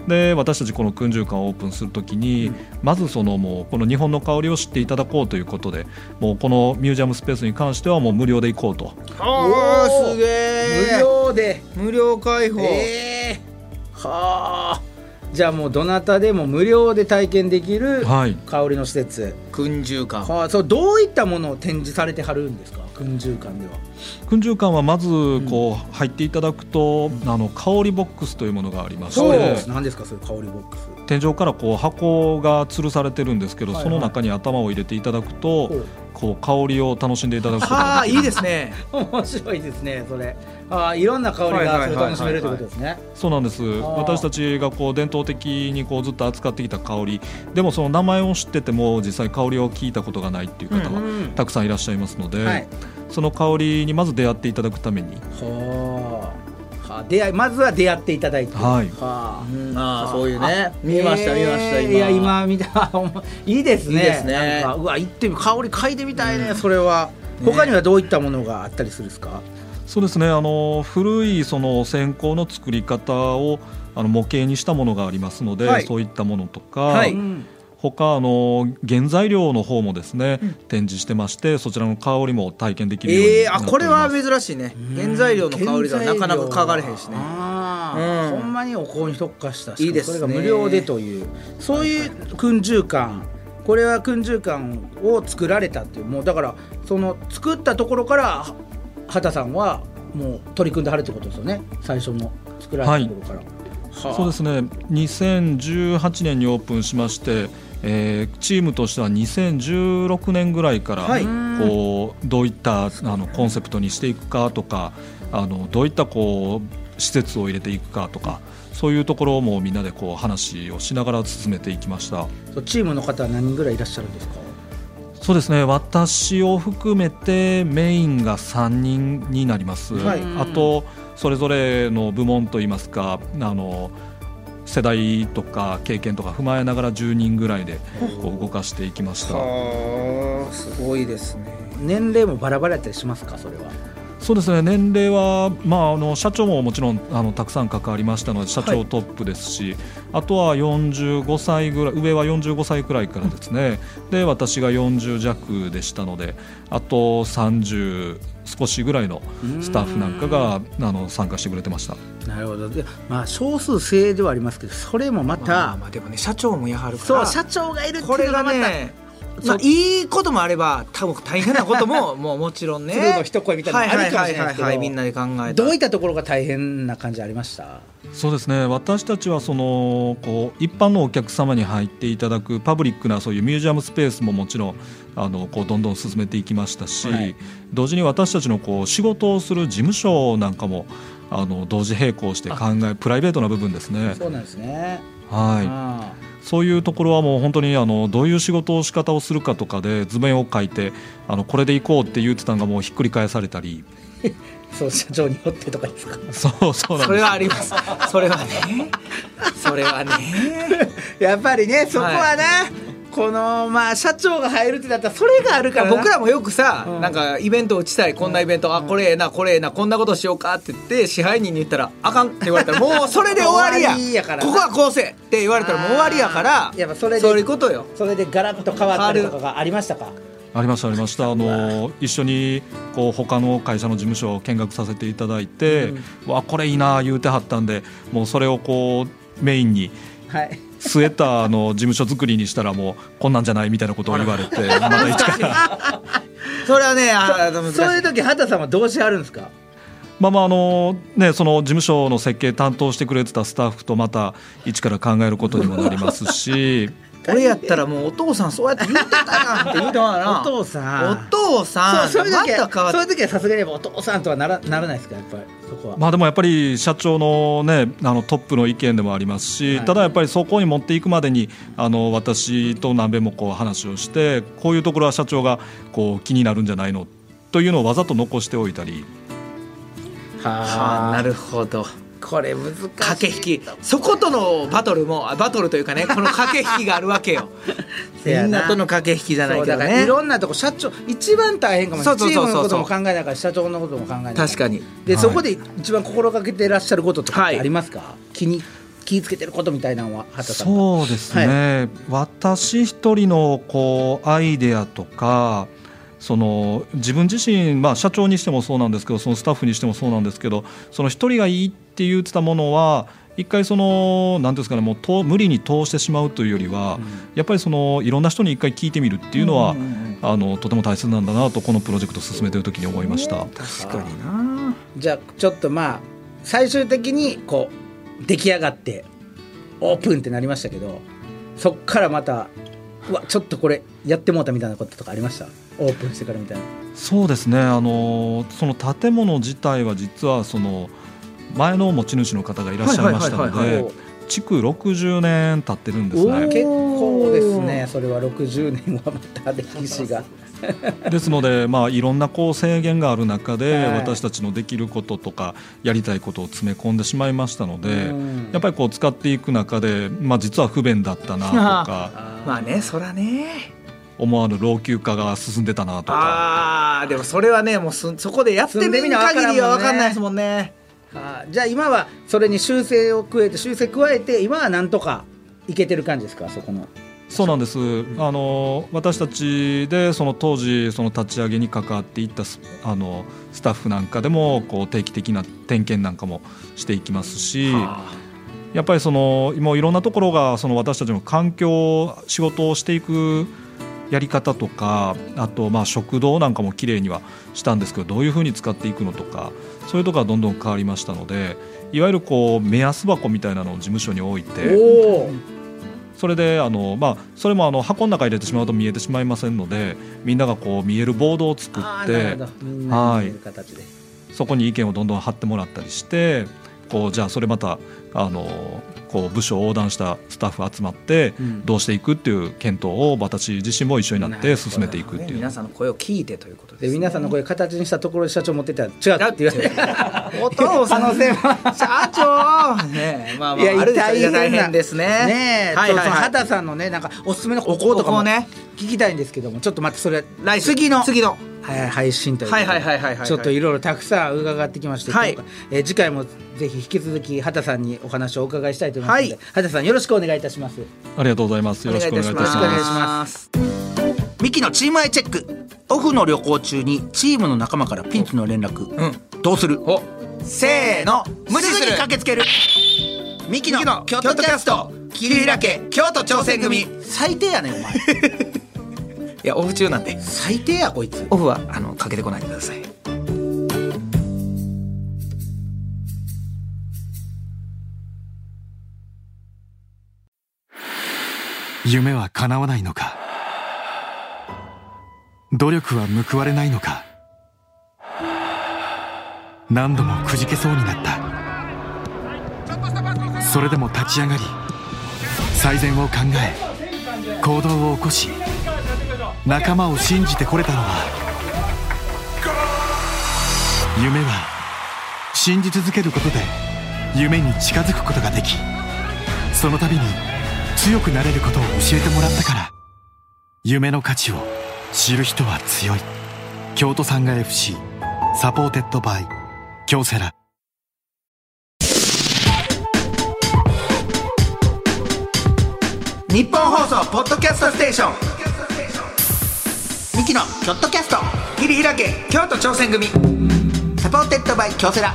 Speaker 4: で私たちこの訓中館をオープンする時に、まずそのもうこの日本の香りを知っていただこうということでもうこのミュージアムスペースに関してはもう無料で行こうと
Speaker 2: あ
Speaker 1: おー
Speaker 2: ーすげ
Speaker 1: 無
Speaker 2: え
Speaker 1: 料で
Speaker 2: 無料開放、
Speaker 1: えー、はあじゃあもうどなたでも無料で体験できる
Speaker 4: はい
Speaker 1: 香りの施設、
Speaker 2: 訓中館
Speaker 1: はあそうどういったものを展示されてはるんですか群中館では
Speaker 4: 訓中館はまずこう入っていただくと、あの香りボックスというものがありまして。
Speaker 1: そうです何ですかそれ香りボックス
Speaker 4: 天井からこう箱が吊るされてるんですけど、
Speaker 1: はい
Speaker 4: その中に頭を入れていただくと、
Speaker 1: ほう
Speaker 4: こう香りを楽しんでいただくこと
Speaker 2: は
Speaker 4: が
Speaker 2: あ
Speaker 4: でき
Speaker 2: い
Speaker 4: る
Speaker 2: いですね
Speaker 1: 面白いですねそれああいろんな香りがそれ楽しめるということですね
Speaker 4: そうなんです
Speaker 1: あ
Speaker 4: 私たちがこう伝統的にこうずっと扱ってきた香りでもその名前を知ってても実際香りを聞いたことがないっていう方
Speaker 2: は
Speaker 4: が
Speaker 1: ん
Speaker 4: たくさんいらっしゃいますので、
Speaker 1: はい
Speaker 4: その香りにまず出会っていただくために
Speaker 1: はあはあ出会いまずは出会っていただいて
Speaker 4: はい
Speaker 1: はあ
Speaker 2: あ
Speaker 1: は
Speaker 2: あ
Speaker 1: あ
Speaker 2: そういうね見ました
Speaker 1: え
Speaker 2: 見ました
Speaker 1: ー
Speaker 2: 今
Speaker 1: いや今見た いいですね
Speaker 2: いいですね
Speaker 1: なんかうわ行ってみ香り嗅いでみたいね、それは他にはどういったものがあったりするんですか、
Speaker 4: そうですねあの古いその線香の作り方をあの模型にしたものがありますので、
Speaker 1: はい
Speaker 4: そういったものとか、
Speaker 2: はい
Speaker 1: うん
Speaker 4: 他あの原材料の方もですね、展示してましてそちらの香りも体験できるように
Speaker 2: ええ
Speaker 4: な
Speaker 2: あ
Speaker 4: っております、
Speaker 2: これは珍しいね原材料の香りが
Speaker 1: 原材
Speaker 2: な
Speaker 1: 料
Speaker 2: かなか嗅がれへんしね
Speaker 1: ああ
Speaker 2: うん
Speaker 1: ほんまにお香に特化した
Speaker 2: いいですね
Speaker 1: しかもそれが無料でというそういう訓中館これは訓中館を作られたっていうもうだからその作ったところからは畑さんはもう取り組んではるってことですよね最初の作られたところから、はあ
Speaker 4: そうですね2018年にオープンしまして、えーチームとしては2016年ぐらいから、
Speaker 2: はい
Speaker 4: こうどういったあのコンセプトにしていくかとかあのどういったこう施設を入れていくかとかそういうところもみんなでこう話をしながら進めていきました。
Speaker 1: そうチームの方は何人ぐらいいらっしゃるんですか
Speaker 4: そうですね私を含めてメインが3人になります、
Speaker 1: はい
Speaker 4: あとそれぞれの部門といいますかあの世代とか経験とか踏まえながら10人ぐらいでこう動かしていきました
Speaker 2: はあすごいですね
Speaker 1: 年齢もバラバラやったりしますかそれは
Speaker 4: そうですね年齢は、まあ、あの社長ももちろんあのたくさん関わりましたので社長トップですし、あとは45歳ぐらい上は45歳くらいからですねで私が40弱でしたのであと30少しぐらいのスタッフなんかがあの参加してくれてました
Speaker 1: なるほどでまあ少数制ではありますけどそれもまた、
Speaker 2: まあ、まあでもね社長もやはるか
Speaker 1: そ
Speaker 2: ら
Speaker 1: う社長がいるってい
Speaker 2: これ
Speaker 1: うの
Speaker 2: が
Speaker 1: がまた、
Speaker 2: ねまあ、いいこともあれば多分大変なことも もうもちろんね
Speaker 1: 鶴の一声みたいなのあるかもしれないですけど
Speaker 2: ははははいみんなで考えた
Speaker 1: どういったところが大変な感じありました
Speaker 4: そうですね私たちはそのこう一般のお客様に入っていただくパブリックなそういうミュージアムスペースももちろんあのこうどんどん進めていきましたし、
Speaker 1: はい
Speaker 4: 同時に私たちのこう仕事をする事務所なんかもあの同時並行して考えプライベートな部分ですね。
Speaker 1: そうなんですね。
Speaker 4: はい、
Speaker 1: あ
Speaker 4: そういうところはもう本当にあのどういう仕事を仕方をするかとかで図面を書いてあのこれで行こうって言ってたのがもうひっくり返されたり
Speaker 1: あ、そう社長によってとかですか。
Speaker 4: そうそうなん
Speaker 2: そ
Speaker 4: で
Speaker 2: れ
Speaker 4: す
Speaker 2: はありますそれはねそれは ね
Speaker 1: やっぱりね、そこはな、このまあ社長が入るってだったらそれがあるからな。
Speaker 2: 僕らもよくさ、
Speaker 1: ん
Speaker 2: なんかイベント打ちたいこんなイベント、あこれええなこれええなこんなことしようかって言って支配人に言ったら「あかん」って言われたらもうそれで終わりや
Speaker 1: 終わりやからな
Speaker 2: ここはこうせえって言われたらもう終わりやから
Speaker 1: やっぱそれで
Speaker 2: そういうことよ
Speaker 1: それでガラッと変わったりとかがありましたか。
Speaker 4: ありましたありましたあの一緒にこう他の会社の事務所を見学させていただいて、わこれいいな言うてはったんでもうそれをこうメインに
Speaker 1: はい。
Speaker 4: 据えたあの事務所作りにしたらもうこんなんじゃないみたいなことを言われてまた一から
Speaker 2: それはねあー難し い
Speaker 1: そういう時畑さんはどうしはるんですか。
Speaker 4: まあまああのねその事務所の設計担当してくれてたスタッフとまた一から考えることにもなりますし
Speaker 2: これやったらもうお父さんそうやって言うてたやんって言うては な
Speaker 1: お父さん。
Speaker 2: お父さん
Speaker 1: そうそういう
Speaker 2: ま
Speaker 1: 時
Speaker 2: た変わ
Speaker 1: は
Speaker 2: っ
Speaker 1: そういう時はさすがにお父さんとはならならないですかやっぱりそこは。
Speaker 4: まあでもやっぱり社長のねあのトップの意見でもありますし、
Speaker 1: はい
Speaker 4: ただやっぱりそこに持っていくまでにあの私と何べもこう話をしてこういうところは社長がこう気になるんじゃないのというのをわざと残しておいたり
Speaker 2: はあな
Speaker 1: る
Speaker 2: るほど
Speaker 1: これ難しい。
Speaker 2: 駆け引きそことのバトルもあバトルというかねこの駆け引きがあるわ けよ
Speaker 1: せ
Speaker 2: み
Speaker 1: やなん
Speaker 2: なとの駆け引きじゃない
Speaker 1: そう
Speaker 2: けど
Speaker 1: だから
Speaker 2: ね
Speaker 1: いろんなとこ社長一番大変かもしれな
Speaker 2: そ
Speaker 1: いうチ
Speaker 2: そ
Speaker 1: ー
Speaker 2: う
Speaker 1: ム
Speaker 2: そう
Speaker 1: の
Speaker 2: そう
Speaker 1: ことも考えながら社長のことも考えながら
Speaker 2: 確かに
Speaker 1: で、
Speaker 4: はい
Speaker 1: そこで一番心がけてらっしゃることとかっ
Speaker 2: はい
Speaker 1: てありますか、気に気ぃつけてることみたいなのは畑さんは
Speaker 4: そうですね、私一人のこうアイデアとかその自分自身、まあ、社長にしてもそうなんですけどそのスタッフにしてもそうなんですけどその一人がいいって言ってたものは一回その何ていうんですかねもうと無理に通してしまうというよりは、やっぱりそのいろんな人に一回聞いてみるっていうのは、
Speaker 1: うんうんうん
Speaker 4: あのとても大切なんだなとこのプロジェクトを進めてる時に思いました。
Speaker 2: 確かにな
Speaker 1: じゃあちょっとまあ最終的にこう出来上がってオープンってなりましたけどそっからまたうわちょっとこれやってもうたみたいなこととかありましたオープンしてからみたいな
Speaker 4: そうですねあのその建物自体は実はその前の持ち主の方がいらっしゃいましたの
Speaker 2: はい
Speaker 4: で築60年経ってるんです
Speaker 2: おー
Speaker 4: ね
Speaker 1: 結構ですねそれは60年はまた歴史が
Speaker 4: ですので、まあ、いろんなこう制限がある中で
Speaker 1: はい
Speaker 4: 私たちのできることとかやりたいことを詰め込んでしまいましたので
Speaker 1: うん
Speaker 4: やっぱりこう使っていく中で、まあ、実は不便だったなと か
Speaker 2: まあねそらね
Speaker 4: 思わぬ老朽化が進んでたなとか
Speaker 2: あーでもそれはねもうそそこでやってみる限りは分かんないですもんね
Speaker 1: あーじゃあ今はそれに修正を加えて修正加えて今はなんとかいけてる感じですかそこの
Speaker 4: そうなんです、あの私たちでその当時その立ち上げに関わっていったスあのスタッフなんかでもこう定期的な点検なんかもしていきますし。やっぱりそのもういろんなところがその私たちの環境仕事をしていくやり方とかあとまあ食堂なんかも綺麗にはしたんですけどどういうふうに使っていくのとかそういうところがどんどん変わりましたのでいわゆるこう目安箱みたいなのを事務所に置いて
Speaker 1: おお
Speaker 4: それであの、まあ、それもあの箱の中に入れてしまうと見えてしまいませんのでみんながこう見えるボードを作
Speaker 1: あ
Speaker 4: っ
Speaker 1: ーなるほ
Speaker 4: て
Speaker 1: どみんなに見える形で
Speaker 4: そこに意見をどんどん貼ってもらったりしてこうじゃあそれまたあのこう部署を横断したスタッフ集まって
Speaker 1: うん
Speaker 4: どうしていくっていう検討を私自身も一緒になって進めていくっ
Speaker 2: ね
Speaker 4: ていう
Speaker 2: 皆さんの声を聞いてということで
Speaker 1: です皆さんのこれ形にしたところで社長持ってったら違うって言われて
Speaker 2: お父さん
Speaker 1: 可能性も
Speaker 2: 社長ねまあまああるでしょいや大変ですね
Speaker 1: ねえ、
Speaker 2: は
Speaker 1: ち
Speaker 2: いはい
Speaker 1: ょっとその
Speaker 2: はい
Speaker 1: 畑さんのねなんかおすすめのお香とか
Speaker 2: お香
Speaker 1: も
Speaker 2: ね
Speaker 1: 聞きたいんですけどもちょっとまたそれ
Speaker 2: 来週
Speaker 1: 次の
Speaker 2: 次の
Speaker 1: はい配信ということで
Speaker 2: はいはいはいはいはいはい
Speaker 1: ちょっといろいろたくさん伺ってきまして、
Speaker 2: はい
Speaker 1: 今回えー次回もぜひ引き続き畑さんにお話をお伺いしたいと思いますので、
Speaker 2: はい
Speaker 1: 畑さんよろしくお願いいたします
Speaker 4: ありがとうございますよろしくお願いいたします
Speaker 1: お願いいたし
Speaker 2: ます
Speaker 5: ミキのチームアイチェックオフの旅行中にチームの仲間からピンチの連絡、どうする
Speaker 2: おせーの無視
Speaker 5: すぐ
Speaker 2: す
Speaker 5: に
Speaker 2: る
Speaker 5: 駆けつけるミキの
Speaker 2: ミキの
Speaker 5: 京都キャスト桐平家
Speaker 2: 京都挑戦組
Speaker 5: 最低やねんお前
Speaker 2: いやオフ中なんで
Speaker 5: 最低やこいつ
Speaker 2: オフはあのかけてこないでください
Speaker 6: 夢は叶わないのか努力は報われないのか何度もくじけそうになったそれでも立ち上がり最善を考え行動を起こし仲間を信じてこれたのは夢は信じ続けることで夢に近づくことができその度に強くなれることを教えてもらったから夢の価値を知る人は強い京都産が FC サポーテッドバイ京セラ
Speaker 1: 日本放送ポッドキャストステーションミキのキョットキャスト切り開け京都挑戦組サポーテッドバイ京セラ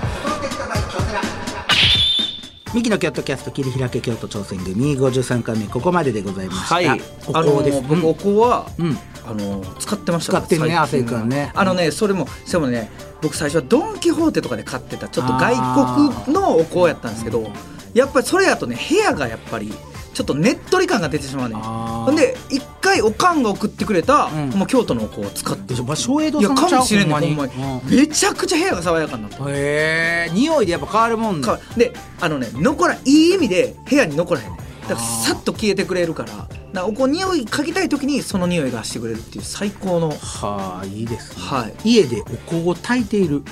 Speaker 1: ミキのキョットキャスト切り開け京都挑戦組53回目ここまででございました、
Speaker 2: はい、あ
Speaker 1: お
Speaker 2: の
Speaker 1: 香です、
Speaker 2: 僕お香は、
Speaker 1: ん
Speaker 2: あの使ってましたか
Speaker 1: 使
Speaker 2: ら
Speaker 1: ってるね
Speaker 2: 最近
Speaker 1: 亜生君ね
Speaker 2: あのねそれもしかもね僕最初はドン・キホーテとかで買ってたちょっと外国のお香やったんですけどやっぱりそれやとね部屋がやっぱりちょっとねっとり感が出てしまうね
Speaker 1: あー
Speaker 2: ほんで一回おかんが送ってくれた、
Speaker 1: ん
Speaker 2: もう京都のお香を使って
Speaker 1: でしょまあ松江堂
Speaker 2: いや
Speaker 1: さんちゃう
Speaker 2: かもしれんね
Speaker 1: ほんまに
Speaker 2: ほんまにめちゃくちゃ部屋が爽やかになった
Speaker 1: へえ匂いでやっぱ変わるもんね
Speaker 2: かであのね残らいい意味で部屋に残らへんねんだからさっと消えてくれるからなおこう匂い嗅ぎたい時にその匂いがしてくれるっていう最高の
Speaker 1: はあいいですね
Speaker 2: はい
Speaker 1: 家でお香を炊いている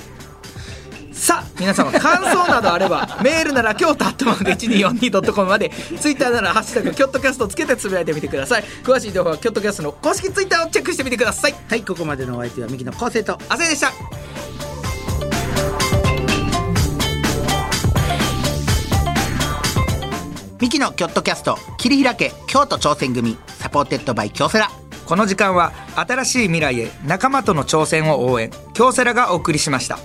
Speaker 2: さあ皆様感想などあ ればメールなら京都アットマーク 1242.com までツイッターなら「ハッシュタグキョットキャスト」つけてつぶやいてみてください詳しい情報はキョットキャストの公式ツイッターをチェックしてみてください
Speaker 1: はいここまでのお相手はミキの昴生と
Speaker 2: あせいでした
Speaker 1: ミキのキョットキャスト切り開け京都挑戦組サポーテッドバイ京セラ
Speaker 2: この時間は新しい未来へ仲間との挑戦を応援京セラがお送りしました